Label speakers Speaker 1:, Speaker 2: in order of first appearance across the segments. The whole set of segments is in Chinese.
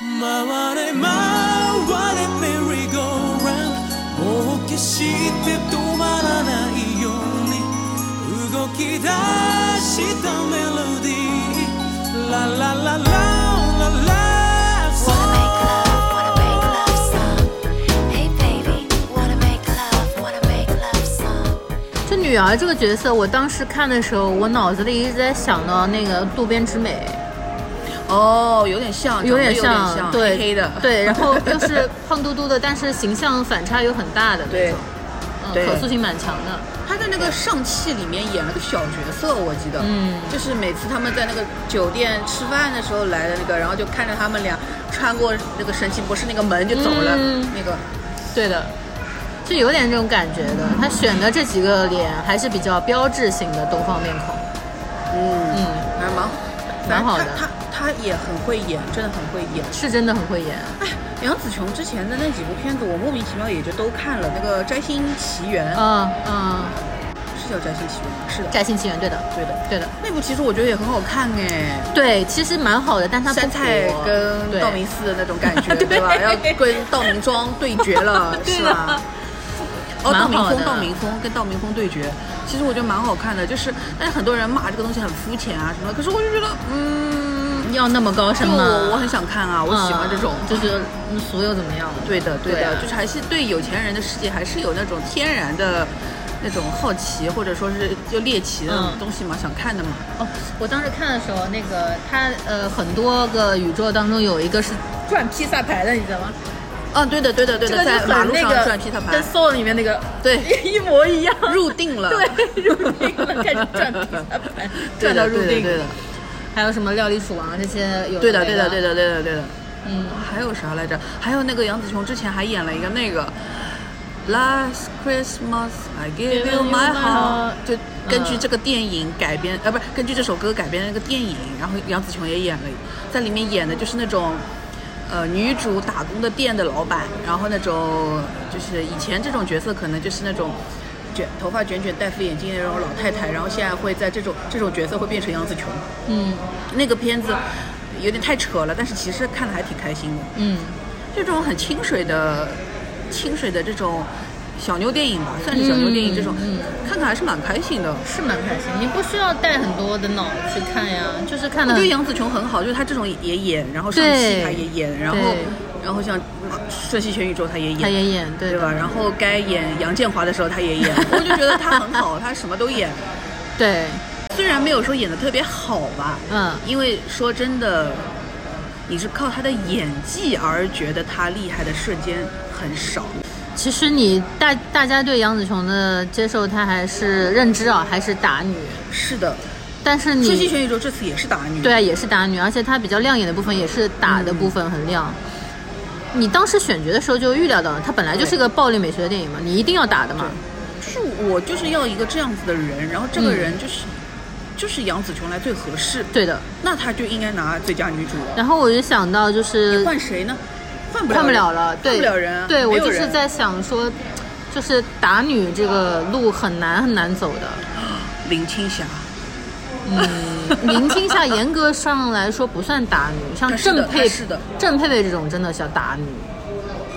Speaker 1: 回れ回れメリーゴーランもう決して止まらないように動き出したメロディーララララララ
Speaker 2: Wanna make love, wanna make love song. Hey baby, wanna make love, wanna make love song.
Speaker 3: 这女儿这个角色，我当时看的时候，我脑子里一直在想到那个渡边直美，
Speaker 4: 哦，有点像，
Speaker 3: 有
Speaker 4: 长得
Speaker 3: 点
Speaker 4: 有点
Speaker 3: 像，对，
Speaker 4: 黑黑的，
Speaker 3: 对，然后又是胖嘟嘟的，但是形象反差又很大的那
Speaker 4: 对
Speaker 3: 种，嗯，
Speaker 4: 对
Speaker 3: 可塑性蛮强的。
Speaker 4: 他在那个上汽里面演了个小角色，我记得，
Speaker 3: 嗯
Speaker 4: 就是每次他们在那个酒店吃饭的时候来的那个，然后就看着他们俩穿过那个神奇博士那个门就走了，
Speaker 3: 嗯
Speaker 4: 那个
Speaker 3: 对的，就有点这种感觉的。他选的这几个脸还是比较标志性的东方面孔，
Speaker 4: 嗯，
Speaker 3: 嗯，
Speaker 4: 还蛮
Speaker 3: 蛮好的
Speaker 4: 反正他他他也很会演，真的很会演。
Speaker 3: 是真的很会演。
Speaker 4: 哎，杨紫琼之前的那几部片子，我莫名其妙也就都看了，那个《摘星奇缘》
Speaker 3: 嗯嗯，
Speaker 4: 是叫《摘星奇缘》吗，是的，
Speaker 3: 摘星奇缘，对的，
Speaker 4: 对的。
Speaker 3: 对的，
Speaker 4: 那部其实我觉得也很好看哎，
Speaker 3: 对，其实蛮好的，但他不
Speaker 4: 杉菜
Speaker 3: 火
Speaker 4: 跟
Speaker 3: 对
Speaker 4: 道明寺的那种感 觉，对吧？要跟道明庄对决了，
Speaker 3: 对
Speaker 4: 是
Speaker 3: 的
Speaker 4: 吧？哦，
Speaker 3: 蛮
Speaker 4: 道明
Speaker 3: 好的
Speaker 4: 峰，道明峰跟道明峰对决，其实我觉得蛮好看的，就是但是很多人骂这个东西很肤浅啊什么的，可是我就觉得，嗯，
Speaker 3: 要那么高
Speaker 4: 就
Speaker 3: 深吗？
Speaker 4: 我我很想看啊，我喜欢这种，
Speaker 3: 嗯就是嗯俗又怎么样？
Speaker 4: 对的对
Speaker 3: 对
Speaker 4: 的，
Speaker 3: 啊
Speaker 4: 就是还是对有钱人的世界还是有那种天然的那种好奇或者说是就猎奇的那种
Speaker 3: 嗯
Speaker 4: 东西嘛，想看的嘛，
Speaker 3: 哦，我当时看的时候，那个他呃很多个宇宙当中有一个是转披萨牌的，你知道吗？
Speaker 4: 嗯，对的对的对
Speaker 3: 这
Speaker 4: 的，
Speaker 3: 个就
Speaker 4: 在马
Speaker 3: 很
Speaker 4: 路
Speaker 3: 那
Speaker 4: 上
Speaker 3: 个
Speaker 4: 转披萨
Speaker 3: 跟
Speaker 4: 盘，
Speaker 3: 《Soul》里面那个
Speaker 4: 对。
Speaker 3: 一模一样。
Speaker 4: 入定 了，
Speaker 3: 对， 入定了，开始转披萨盘，
Speaker 4: 对
Speaker 3: 转
Speaker 4: 的
Speaker 3: 到入定。
Speaker 4: 对的，
Speaker 3: 还有什么料理鼠王这些有
Speaker 4: 对的，对的，对
Speaker 3: 的，
Speaker 4: 的，对的，对的。
Speaker 3: 嗯，
Speaker 4: 还有啥来着？还有那个杨紫琼之前还演了一个那个 Last Christmas I Gave You My Heart，就根
Speaker 3: 嗯
Speaker 4: 据这个电影改编，呃，不是根据这首歌改编的那个电影，然后杨紫琼也演了，在里面演的就是那种。呃，女主打工的店的老板，然后那种就是以前这种角色可能就是那种卷头发卷卷戴副眼镜的那种老太太，然后现在会在这种这种角色会变成杨紫琼。
Speaker 3: 嗯
Speaker 4: 那个片子有点太扯了，但是其实看的还挺开心的。
Speaker 3: 嗯，
Speaker 4: 这种很清水的、清水的这种小妞电影吧，算是小妞电影这种，
Speaker 3: 嗯嗯
Speaker 4: 看看还是蛮开心的。
Speaker 3: 是蛮开心。你不需要带很多的脑去看呀，就是看
Speaker 4: 我
Speaker 3: 的
Speaker 4: 觉得杨紫琼很好，就是她这种也演，然后上
Speaker 3: 嗯对
Speaker 4: 戏她也演，然后然后像《瞬息全宇宙》她也演，
Speaker 3: 他也演，对
Speaker 4: 对吧？
Speaker 3: 的
Speaker 4: 然后该演杨建华的时候她也演，我就觉得她很好，她什么都演，
Speaker 3: 对，
Speaker 4: 虽然没有说演的特别好吧，
Speaker 3: 嗯
Speaker 4: 因为说真的，你是靠她的演技而觉得她厉害的瞬间很少。
Speaker 3: 其实你大大家对杨紫琼的接受，她还是认知啊，还是打女，
Speaker 4: 是的，
Speaker 3: 但是
Speaker 4: 《瞬息
Speaker 3: 你
Speaker 4: 全宇宙》这次也是打女，
Speaker 3: 对啊也是打女，而且她比较亮眼的部分也是打的部分很亮。
Speaker 4: 嗯
Speaker 3: 你当时选角的时候就预料到了，它本来就是个暴力美学的电影嘛，你一定要打的嘛。
Speaker 4: 就是我就是要一个这样子的人，然后这个
Speaker 3: 嗯
Speaker 4: 人就是、就是杨紫琼来最合适，
Speaker 3: 对的，
Speaker 4: 那她就应该拿最佳女主了。
Speaker 3: 然后我就想到就是
Speaker 4: 换谁呢？换不
Speaker 3: 呃
Speaker 4: 了，
Speaker 3: 看不了了，对，
Speaker 4: 换不了人啊。
Speaker 3: 对
Speaker 4: 没
Speaker 3: 我
Speaker 4: 有
Speaker 3: 就是
Speaker 4: 人
Speaker 3: 在想说，就是打女这个路很难很难走的。
Speaker 4: 林青霞，
Speaker 3: 林青霞严格上来说不算打 女，像
Speaker 4: 她是的
Speaker 3: 郑佩
Speaker 4: 她是的
Speaker 3: 郑佩佩这种真的叫打女。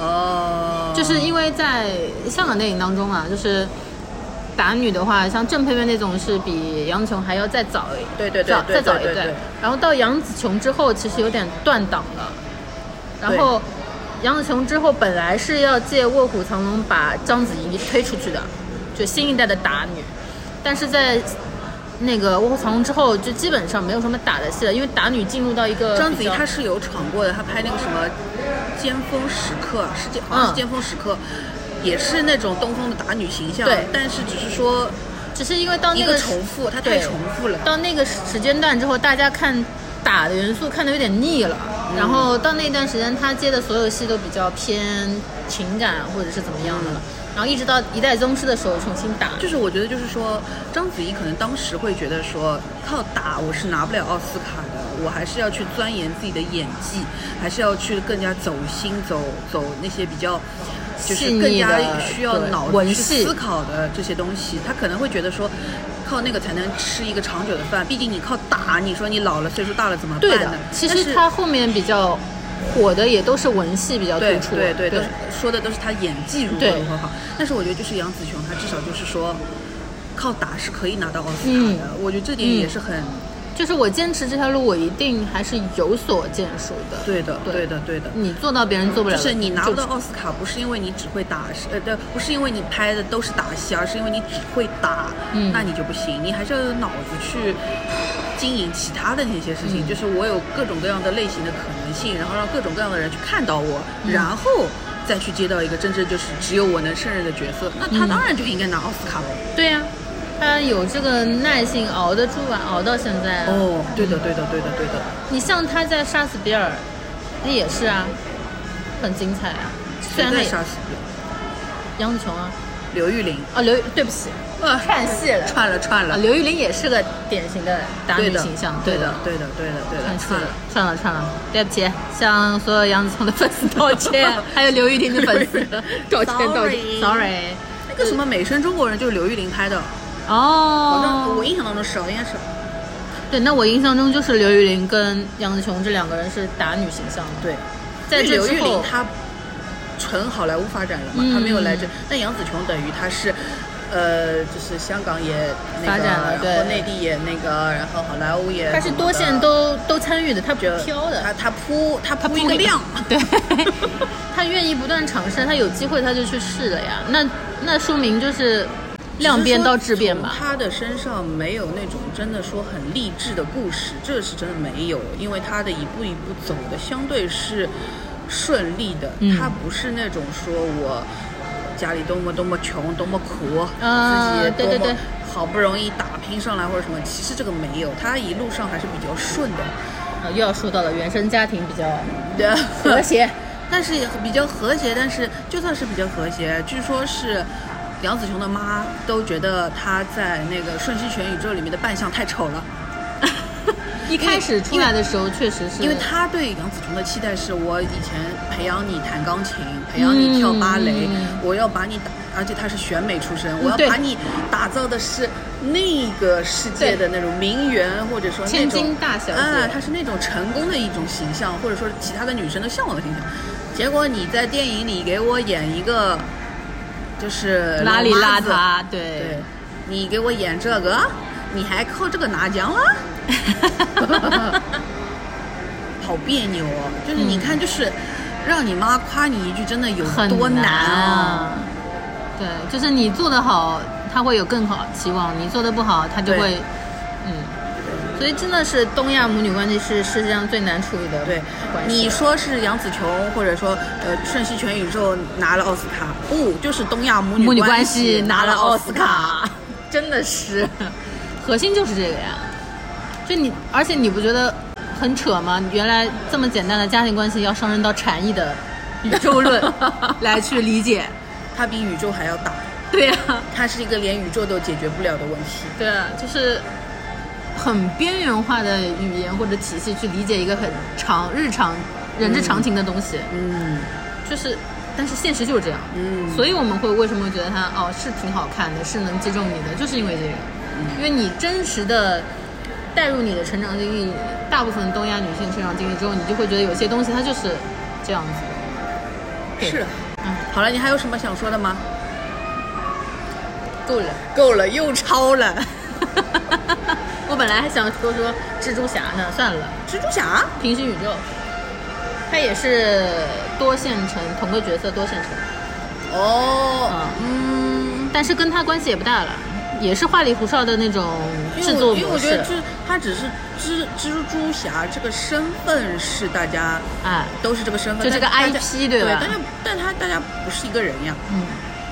Speaker 4: 哦，
Speaker 3: 就是因为在香港电影当中啊，就是打女的话，像郑佩佩那种是比杨紫琼还要再早一
Speaker 4: 对对对
Speaker 3: 早
Speaker 4: 对
Speaker 3: 再早一
Speaker 4: 对对
Speaker 3: 段
Speaker 4: 对。
Speaker 3: 然后到杨紫琼之后，其实有点断档了。然后杨紫琼之后本来是要借《卧虎藏龙》把章子怡推出去的，就新一代的打女，但是在。那个《卧虎藏龙》之后，就基本上没有什么打的戏了，因为打女进入到一个
Speaker 4: 章子怡
Speaker 3: 比较
Speaker 4: 她是有闯过的，她拍那个什么《尖峰时刻》，是尖
Speaker 3: 嗯
Speaker 4: 好像是《尖峰时刻》也是那种东风的打女形象，
Speaker 3: 对
Speaker 4: 但是只是说
Speaker 3: 只是因为到
Speaker 4: 一
Speaker 3: 那
Speaker 4: 个
Speaker 3: 个
Speaker 4: 重复，她
Speaker 3: 对
Speaker 4: 太重复了。
Speaker 3: 到那个时间段之后，大家看打的元素看的有点腻了，然后到那段时间，他接的所有戏都比较偏情感或者是怎么样的了，然后一直到一代宗师的时候重新打，
Speaker 4: 嗯就是我觉得，就是说，章子怡可能当时会觉得说，靠打我是拿不了奥斯卡的，我还是要去钻研自己的演技，还是要去更加走心、走走那些比较，就
Speaker 3: 细
Speaker 4: 是
Speaker 3: 腻
Speaker 4: 更加
Speaker 3: 的
Speaker 4: 需要
Speaker 3: 对
Speaker 4: 脑子
Speaker 3: 文
Speaker 4: 去
Speaker 3: 戏
Speaker 4: 思考的这些东西。她可能会觉得说，靠那个才能吃一个长久的饭，毕竟你靠打，你说你老了岁数大了怎么
Speaker 3: 对
Speaker 4: 办
Speaker 3: 的
Speaker 4: 呢？。
Speaker 3: 其
Speaker 4: 但
Speaker 3: 实
Speaker 4: 是
Speaker 3: 他后面比较火的也都是文戏比较突
Speaker 4: 对
Speaker 3: 出，啊
Speaker 4: 对
Speaker 3: 对
Speaker 4: 对，都是说的都是他演技如何
Speaker 3: 对
Speaker 4: 如何好。但是我觉得就是杨紫琼，她至少就是说，靠打是可以拿到奥斯卡
Speaker 3: 嗯
Speaker 4: 的。我觉得这点
Speaker 3: 嗯
Speaker 4: 也是很、
Speaker 3: 就是我坚持这条路，我一定还是有所建树的。
Speaker 4: 对的，
Speaker 3: 对
Speaker 4: 对的，对的。
Speaker 3: 你做到别人做不了
Speaker 4: 就
Speaker 3: 的，
Speaker 4: 是你拿不到
Speaker 3: 就
Speaker 4: 奥斯卡，不是因为你只会打，是呃，对，不是因为你拍的都是打戏，而是因为你只会打，
Speaker 3: 嗯
Speaker 4: 那你就不行，你还是要有脑子去经营其他的那些事情。
Speaker 3: 嗯
Speaker 4: 就是我有各种各样的类型的可能性，然后让各种各样的人去看到我，
Speaker 3: 嗯
Speaker 4: 然后再去接到一个真正就是只有我能胜任的角色，那他
Speaker 3: 嗯
Speaker 4: 当然就应该拿奥斯卡了。
Speaker 3: 对呀、他有这个耐性熬得住啊，熬到现在、啊。
Speaker 4: 哦，对的，对的，对的，对的。
Speaker 3: 你像他在《杀死比尔》，那也是啊，很精彩啊。虽
Speaker 4: 谁
Speaker 3: 然他
Speaker 4: 在
Speaker 3: 也
Speaker 4: 杀死
Speaker 3: 杨紫琼啊，
Speaker 4: 刘玉玲？
Speaker 3: 啊刘，对不起，
Speaker 4: 呃，
Speaker 3: 串戏了。
Speaker 4: 串了，串
Speaker 3: 啊
Speaker 4: 了。
Speaker 3: 刘玉玲也是个典型的打
Speaker 4: 对
Speaker 3: 女
Speaker 4: 的
Speaker 3: 形象，
Speaker 4: 对
Speaker 3: 的
Speaker 4: 的，，对的，对的，对的
Speaker 3: 串，戏
Speaker 4: 串了。
Speaker 3: 串了串了，对不起，向所有杨紫琼的粉丝道 歉，还有刘玉玲的粉丝道歉道歉
Speaker 4: Sorry
Speaker 3: ，sorry。
Speaker 4: 那个什么《美声中国人》就是刘玉玲拍的，好像我
Speaker 3: 哦，
Speaker 4: 印象当中是，应该是。
Speaker 3: 对，那我印象中就是刘玉玲跟杨紫琼这两个人是打女形象的，
Speaker 4: 对，
Speaker 3: 在这
Speaker 4: 刘玉
Speaker 3: 之
Speaker 4: 玲
Speaker 3: 后，
Speaker 4: 她纯好莱坞发展了嘛，
Speaker 3: 嗯
Speaker 4: 她没有来这。那杨紫琼等于她是，呃，就是香港也那个，
Speaker 3: 发展了
Speaker 4: 然后
Speaker 3: 对
Speaker 4: 内地也那个，然后好莱坞也。
Speaker 3: 她是多线。都都参与的，她不
Speaker 4: 就
Speaker 3: 挑的，
Speaker 4: 她她铺她
Speaker 3: 他
Speaker 4: 铺一个量，
Speaker 3: 对，他愿意不断尝试，他有机会他就去试了呀。那那说明就是量变到质变吧。
Speaker 4: 他的身上没有那种真的说很励志的故事，这是真的没有，因为他的一步一步走的相对是顺利的，
Speaker 3: 嗯
Speaker 4: 他不是那种说我家里多么多么穷，多么苦，
Speaker 3: 啊
Speaker 4: 自己
Speaker 3: 对
Speaker 4: 多么
Speaker 3: 对对
Speaker 4: 好不容易打拼上来或者什么，其实这个没有，他一路上还是比较顺的。
Speaker 3: 啊，又要说到了原生家庭比较
Speaker 4: 对，
Speaker 3: 和谐，
Speaker 4: 但是也比较和谐，但是就算是比较和谐，据说是杨紫琼的妈都觉得她在那个《瞬息全宇宙》里面的扮相太丑了，
Speaker 3: 一开始出来的时候确实是
Speaker 4: 因为她对杨紫琼的期待是我以前培养你弹钢琴，培养你跳芭蕾，
Speaker 3: 嗯
Speaker 4: 我要把你打，而且她是选美出身，我要
Speaker 3: 对
Speaker 4: 把你打造的是那个世界的那种名媛，或者说那种
Speaker 3: 千金大小姐
Speaker 4: 啊，她是那种成功的一种形象，或者说是其他的女生都向往的形象。结果你在电影里给我演一个，就是
Speaker 3: 邋里
Speaker 4: 老妈
Speaker 3: 邋
Speaker 4: 子
Speaker 3: 遢，
Speaker 4: 对
Speaker 3: 对，
Speaker 4: 你给我演这个，你还靠这个拿奖了？好别扭哦！就是你看，就是让你妈夸你一句，真的有
Speaker 3: 很
Speaker 4: 多
Speaker 3: 难
Speaker 4: 啊！
Speaker 3: 啊。对，就是你做得好，他会有更好期望；你做得不好，他就
Speaker 4: 对
Speaker 3: 会嗯。所以真的是东亚母女关系是世界上最难处理的
Speaker 4: 对，
Speaker 3: 关系。
Speaker 4: 你说是杨紫琼，或者说呃《瞬息全宇宙》拿了奥斯卡，不就是东亚母
Speaker 3: 母女关
Speaker 4: 系
Speaker 3: 系拿
Speaker 4: 了
Speaker 3: 了
Speaker 4: 奥
Speaker 3: 奥
Speaker 4: 斯
Speaker 3: 斯
Speaker 4: 卡
Speaker 3: 卡？， 真的是，核心就是这个呀。就你，而且你不觉得很扯吗？原来这么简单的家庭关系要上升到禅意的宇宙 论来去理解，
Speaker 4: 它比宇宙还要大，
Speaker 3: 对呀、
Speaker 4: 它是一个连宇宙都解决不了的问题。
Speaker 3: 对啊，就是很边缘化的语言或者体系去理解一个很常日常人之常情的东西，
Speaker 4: 嗯
Speaker 3: 就是。但是现实就是这样，
Speaker 4: 嗯
Speaker 3: 所以我们会为什么会觉得它哦是挺好看的，是能击中你的，就是因为这个，
Speaker 4: 嗯
Speaker 3: 因为你真实的带入你的成长经历，大部分东亚女性成长经历之后，你就会觉得有些东西它就是这样子。对
Speaker 4: 是。啊
Speaker 3: 嗯
Speaker 4: 好了，你还有什么想说的吗？
Speaker 3: 够了，
Speaker 4: 够了，又超了。
Speaker 3: 我本来还想说说蜘蛛侠呢，算了。
Speaker 4: 蜘蛛侠，
Speaker 3: 平行宇宙，它也是多线程，同个角色多线程，
Speaker 4: 哦，
Speaker 3: 啊
Speaker 4: 嗯，
Speaker 3: 但是跟他关系也不大了，也是花里胡哨的那种
Speaker 4: 因
Speaker 3: 制
Speaker 4: 为
Speaker 3: 作
Speaker 4: 我因为
Speaker 3: 模
Speaker 4: 我觉得
Speaker 3: 式。
Speaker 4: 蜘他只是蜘蜘蛛侠这个身份是大家
Speaker 3: 哎，
Speaker 4: 都是这个身份，
Speaker 3: 就这个
Speaker 4: 但是大家
Speaker 3: IP
Speaker 4: 对
Speaker 3: 对吧
Speaker 4: 但是但他大家不是一个人呀。
Speaker 3: 嗯，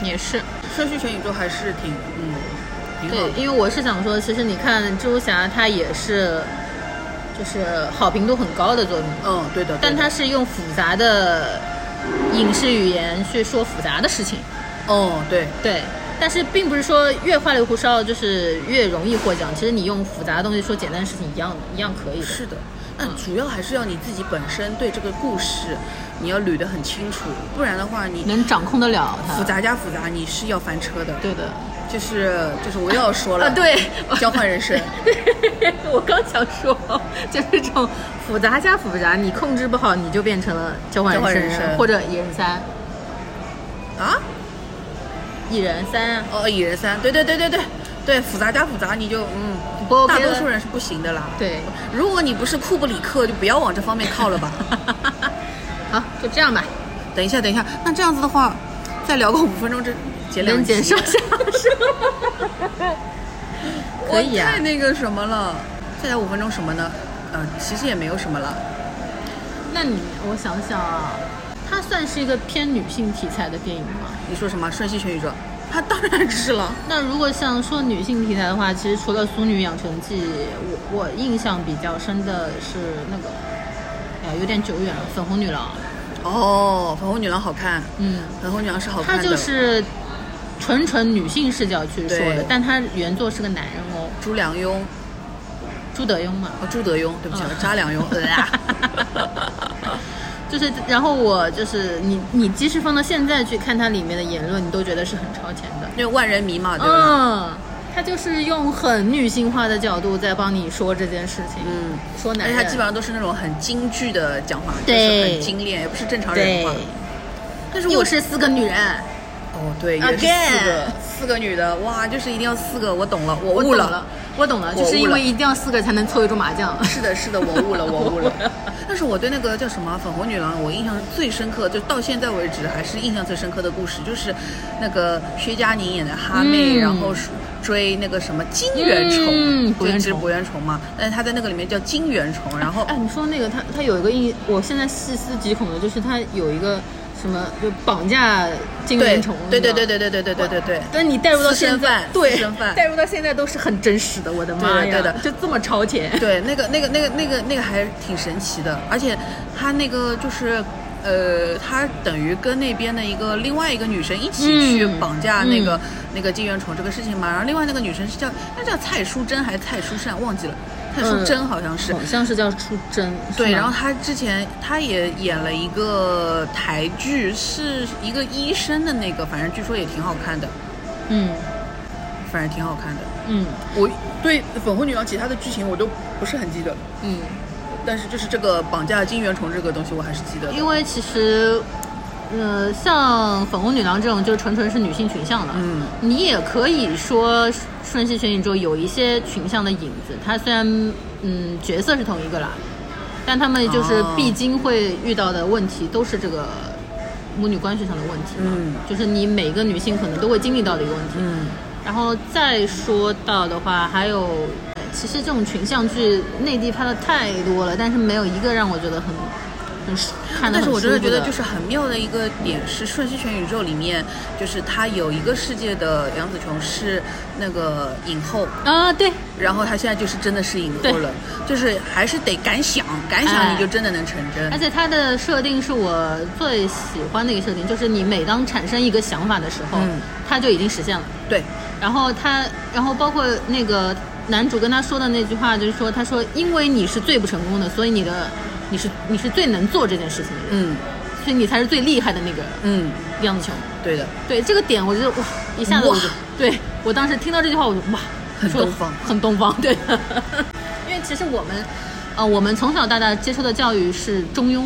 Speaker 3: 也是。
Speaker 4: 顺序全宇宙还是挺嗯挺好
Speaker 3: 对，
Speaker 4: 的，
Speaker 3: 因为我是想说，其实你看蜘蛛侠，它也是就是好评度很高的作品，
Speaker 4: 嗯对的，对的
Speaker 3: 但它是用复杂的影视语言去说复杂的事情。
Speaker 4: 哦对
Speaker 3: 对，但是并不是说越花里胡哨就是越容易获奖。其实你用复杂的东西说简单的事情一样一样可以的。
Speaker 4: 是的。那主要还是要你自己本身对这个故事，你要捋得很清楚，不然的话你
Speaker 3: 能掌控得了它。
Speaker 4: 复杂加复杂，你是要翻车的。
Speaker 3: 对的，
Speaker 4: 就是就是我又要说了，
Speaker 3: 啊，对，
Speaker 4: 交 换人生，
Speaker 3: 对， 我刚想说，就是这种复杂加复杂，你控制不好，你就变成了交换
Speaker 4: 交换
Speaker 3: 生
Speaker 4: 人生
Speaker 3: 或者一人三，
Speaker 4: 啊，
Speaker 3: 一人三啊，
Speaker 4: 哦，一人三，对对对对对对，复杂加复杂，你就嗯，
Speaker 3: 不 OK
Speaker 4: 大多
Speaker 3: 了
Speaker 4: 数人是不行的啦。
Speaker 3: 对，
Speaker 4: 如果你不是库布里克，就不要往这方面靠了吧。
Speaker 3: 好，就这样吧，
Speaker 4: 等一下，等一下，那这样子的话，再聊个五分钟，这减两
Speaker 3: 能
Speaker 4: 集
Speaker 3: 减 少下是可以啊
Speaker 4: 我太那个什么了，再聊五分钟什么呢？呃，其实也没有什么了。
Speaker 3: 那你我想想啊，它算是一个偏女性题材的电影吗？
Speaker 4: 你说什么？瞬息全宇宙？他当然是了。
Speaker 3: 那如果像说女性题材的话，其实除了《俗女养成记》，我我印象比较深的是那个，哎呀，有点久远了，《粉红女郎》。
Speaker 4: 哦，粉红女郎好看，
Speaker 3: 嗯，
Speaker 4: 粉红女郎是好看
Speaker 3: 它
Speaker 4: 的。
Speaker 3: 就是纯纯女性视角去说的
Speaker 4: 对，
Speaker 3: 但它原作是个男人哦，
Speaker 4: 朱良庸，
Speaker 3: 朱德庸嘛。
Speaker 4: 哦，朱德庸，对不起，
Speaker 3: 嗯
Speaker 4: 查良庸。呃呀
Speaker 3: 就是，然后我就是你，你即使放到现在去看它里面的言论，你都觉得是很超前的。
Speaker 4: 因为万人迷嘛，对吧？
Speaker 3: 嗯，它就是用很女性化的角度在帮你说这件事情。
Speaker 4: 嗯，
Speaker 3: 说
Speaker 4: 而
Speaker 3: 男
Speaker 4: 且
Speaker 3: 人，
Speaker 4: 他基本上都是那种很京剧的讲话，就是
Speaker 3: 对
Speaker 4: 很精炼，也不是正常人
Speaker 3: 对
Speaker 4: 话。，但是
Speaker 3: 又
Speaker 4: 我
Speaker 3: 是四个女人，
Speaker 4: 哦，对，也是四
Speaker 3: Again
Speaker 4: 个四个女的，哇，就是一定要四个，我懂了，我
Speaker 3: 我
Speaker 4: 悟
Speaker 3: 懂
Speaker 4: 了。
Speaker 3: 了，我懂了，
Speaker 4: 我
Speaker 3: 就是
Speaker 4: 悟
Speaker 3: 因
Speaker 4: 了
Speaker 3: 为一定要四个才能凑一桌麻 将。
Speaker 4: 是的，是的，我悟了，我悟
Speaker 3: 我悟了
Speaker 4: 了。 但是我对那个叫什么啊粉红女郎，我印象最深刻，就到现在为止还是印象最深刻的故事，就是那个薛佳凝演的哈妹，
Speaker 3: 嗯
Speaker 4: 然后追那个什么金元虫，
Speaker 3: 嗯博
Speaker 4: 就
Speaker 3: 元
Speaker 4: 是
Speaker 3: 虫
Speaker 4: 博元虫嘛。但是她在那个里面叫金元虫，然后
Speaker 3: 哎，你说那个他他有一个印，我现在细思极恐的就是他有一个什么就绑架金
Speaker 4: 对
Speaker 3: 元虫，
Speaker 4: 对对
Speaker 3: 你知道
Speaker 4: 对对对对对对对对。
Speaker 3: 但你带入到
Speaker 4: 私生
Speaker 3: 现在
Speaker 4: 饭，
Speaker 3: 对
Speaker 4: 私生，饭
Speaker 3: 带入到现在都是很真实的，我的妈呀，
Speaker 4: 对的对的
Speaker 3: 就这么超前，
Speaker 4: 对，那个、那个、那个、那个、那个还挺神奇的，而且他那个就是，呃，他等于跟那边的一个另外一个女生一起去
Speaker 3: 嗯
Speaker 4: 绑架那个、
Speaker 3: 嗯
Speaker 4: 那个金元虫这个事情嘛，然后另外那个女生是叫那叫蔡淑珍还是蔡淑善忘记了，蔡淑
Speaker 3: 嗯
Speaker 4: 珍好像是。
Speaker 3: 好像是叫出征，
Speaker 4: 对，
Speaker 3: 是吗
Speaker 4: 然后她之前她也演了一个台剧，是一个医生的那个，反正据说也挺好看的，
Speaker 3: 嗯
Speaker 4: 反正挺好看的。
Speaker 3: 嗯
Speaker 4: 我对《粉红女郎》其他的剧情我都不是很记得，
Speaker 3: 嗯，
Speaker 4: 但是就是这个绑架金元虫这个东西，我还是记得的。
Speaker 3: 因为其实。呃，像粉红女郎这种就纯纯是女性群像了。
Speaker 4: 嗯，
Speaker 3: 你也可以说《瞬息全宇宙》有一些群像的影子，它虽然嗯角色是同一个啦，但他们就是
Speaker 4: 哦
Speaker 3: 必经会遇到的问题都是这个母女关系上的问题嘛，
Speaker 4: 嗯
Speaker 3: 就是你每个女性可能都会经历到的一个问题。
Speaker 4: 嗯，
Speaker 3: 然后再说到的话，还有，呃其实这种群像剧内地拍的太多了，但是没有一个让我觉得很很舒看得很
Speaker 4: 但是
Speaker 3: 舒
Speaker 4: 我
Speaker 3: 服
Speaker 4: 真的觉得
Speaker 3: 的
Speaker 4: 就是很妙的一个点是，《瞬息全宇宙》里面就是他有一个世界的杨紫琼是那个影后，
Speaker 3: 啊，对，
Speaker 4: 然后她现在就是真的是影后
Speaker 3: 对
Speaker 4: 了，就是还是得敢想，敢想
Speaker 3: 哎
Speaker 4: 你就真的能成真。
Speaker 3: 而且它的设定是我最喜欢的一个设定，就是你每当产生一个想法的时候，
Speaker 4: 嗯
Speaker 3: 它就已经实现了。
Speaker 4: 对，
Speaker 3: 然后他，然后包括那个男主跟他说的那句话，就是说，他说，因为你是最不成功的，所以你的你是你是最能做这件事情的人，
Speaker 4: 嗯
Speaker 3: 所以你才是最厉害的那个
Speaker 4: 嗯，
Speaker 3: 杨紫琼。
Speaker 4: 对的，
Speaker 3: 对这个点，我觉得哇，一下子我就
Speaker 4: 哇
Speaker 3: 对我当时听到这句话，我就哇，
Speaker 4: 很
Speaker 3: 说得
Speaker 4: 东方
Speaker 3: 很东方，对。 因为其实我们，呃，我们从小到大接受的教育是中庸，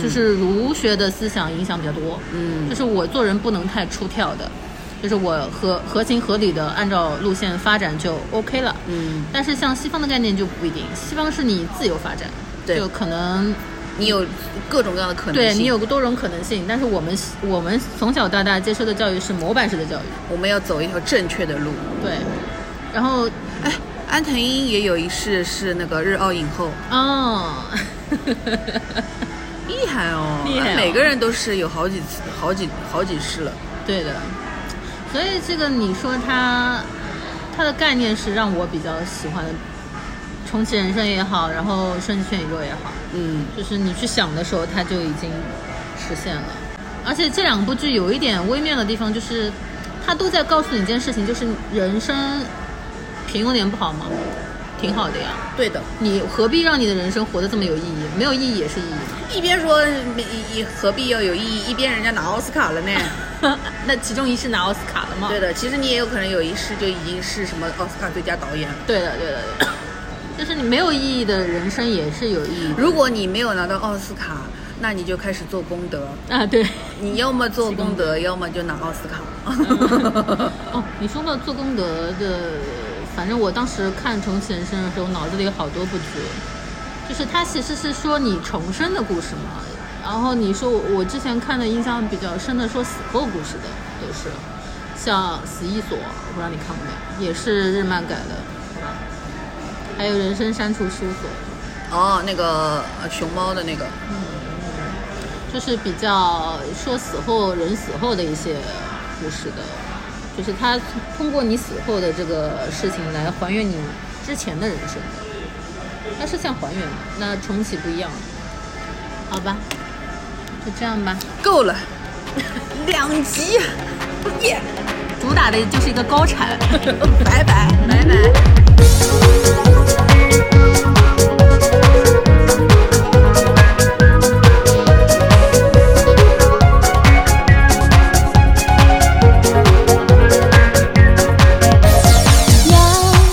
Speaker 3: 就是儒学的思想影响比较多。
Speaker 4: 嗯
Speaker 3: 就是我做人不能太出挑的，就是我合合情合理的按照路线发展就 OK 了。
Speaker 4: 嗯，
Speaker 3: 但是像西方的概念就不一定，西方是你自由发展，
Speaker 4: 对
Speaker 3: 就可能
Speaker 4: 你有各种各样的可能性。
Speaker 3: 对你有个多种可能性。但是我们我们从小到大接受的教育是模板式的教育，
Speaker 4: 我们要走一条正确的路。
Speaker 3: 对，然后
Speaker 4: 哎，安藤樱也有一世是那个日奥影后，
Speaker 3: 哦，
Speaker 4: 厉害哦，
Speaker 3: 厉害哦
Speaker 4: 每个人都是有好几次、好几、好几世了。
Speaker 3: 对的，所以这个你说它它的概念是让我比较喜欢的，重启人生也好，然后顺其全宇宙也好，
Speaker 4: 嗯，
Speaker 3: 就是你去想的时候，它就已经实现了。而且这两部剧有一点微妙的地方，就是它都在告诉你一件事情，就是人生平庸点不好嘛，挺好的呀。
Speaker 4: 对的，
Speaker 3: 你何必让你的人生活得这么有意义？没有意义也是意义
Speaker 4: 一边说没意义，何必要有意义，一边人家拿奥斯卡了 呢？
Speaker 3: 嘛。那其中一是拿奥斯卡了嘛？
Speaker 4: 对的，其实你也有可能有一世就已经是什么奥斯卡最佳导演了。
Speaker 3: 对的，对的，对的。就是你没有意义的人生也是有意义
Speaker 4: 如果你没有拿到奥斯卡，那你就开始做功德，
Speaker 3: 的啊，对。
Speaker 4: 你要么做功德，要么就拿奥斯卡。
Speaker 3: 哦，你说到做功德的，反正我当时看《重启人生》的时候，脑子里有好多部剧，就是它其实是说你重生的故事嘛。然后你说我我之前看的印象比较深的，说死后故事的都是，像《死役所》，我不知道你看过没有，也是日漫改的，还有《人生删除事务所》，
Speaker 4: 哦，那个呃熊猫的那个，
Speaker 3: 就是比较说死后人死后的一些故事的，就是他通过你死后的这个事情来还原你之前的人生的，它是像还原的，那重启不一样了，好吧，就这样吧。
Speaker 4: 够了，两集， 耶、
Speaker 3: 主打的就是一个高产，
Speaker 4: 拜拜。
Speaker 3: 拜拜。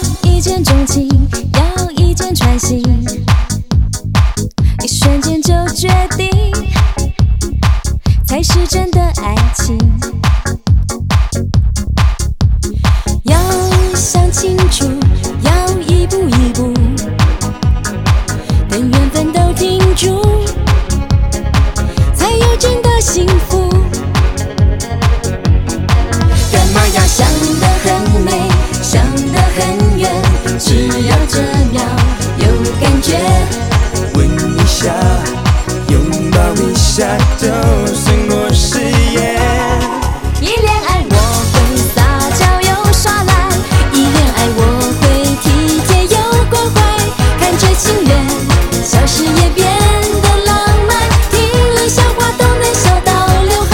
Speaker 2: 要一见钟情，要一见穿心，一瞬间就决定，才是真的爱情。要想清楚，要一步一步，等缘分都停住，才有真的幸福。干嘛要想得很美，想得很远？只要这秒有感觉，
Speaker 1: 吻一下，拥抱一下，就胜过誓言。
Speaker 2: 一恋爱我会撒娇又耍赖，一恋爱我会体贴又关怀，看着情缘消失也变得浪漫，听冷笑话都能笑到流汗。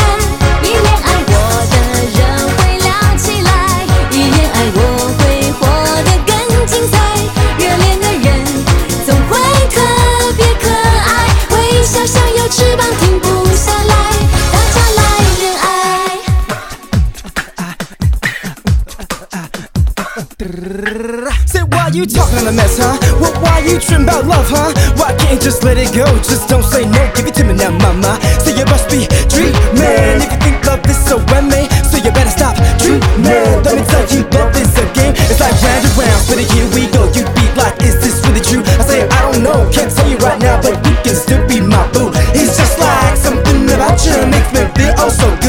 Speaker 2: 一恋爱我的人会聊起来，一恋爱我会活得更精彩，热恋的人总会特别可爱，微笑像有翅膀停不下来，大家来恋爱。
Speaker 5: Say, why you talking a mess, huh? What, why you trim about love, huh? Why can't you just let it go? Just don't say no, give it to me now, mama. Say you must be dreaming. If you think love is so me, so you better stop dreaming. Let me tell you, love is a game. It's like round and round, but here we go. You be like, is this really true? I say, I don't know, can't tell you right now, but you can still be my boo. It's just like something about you makes me feel oh so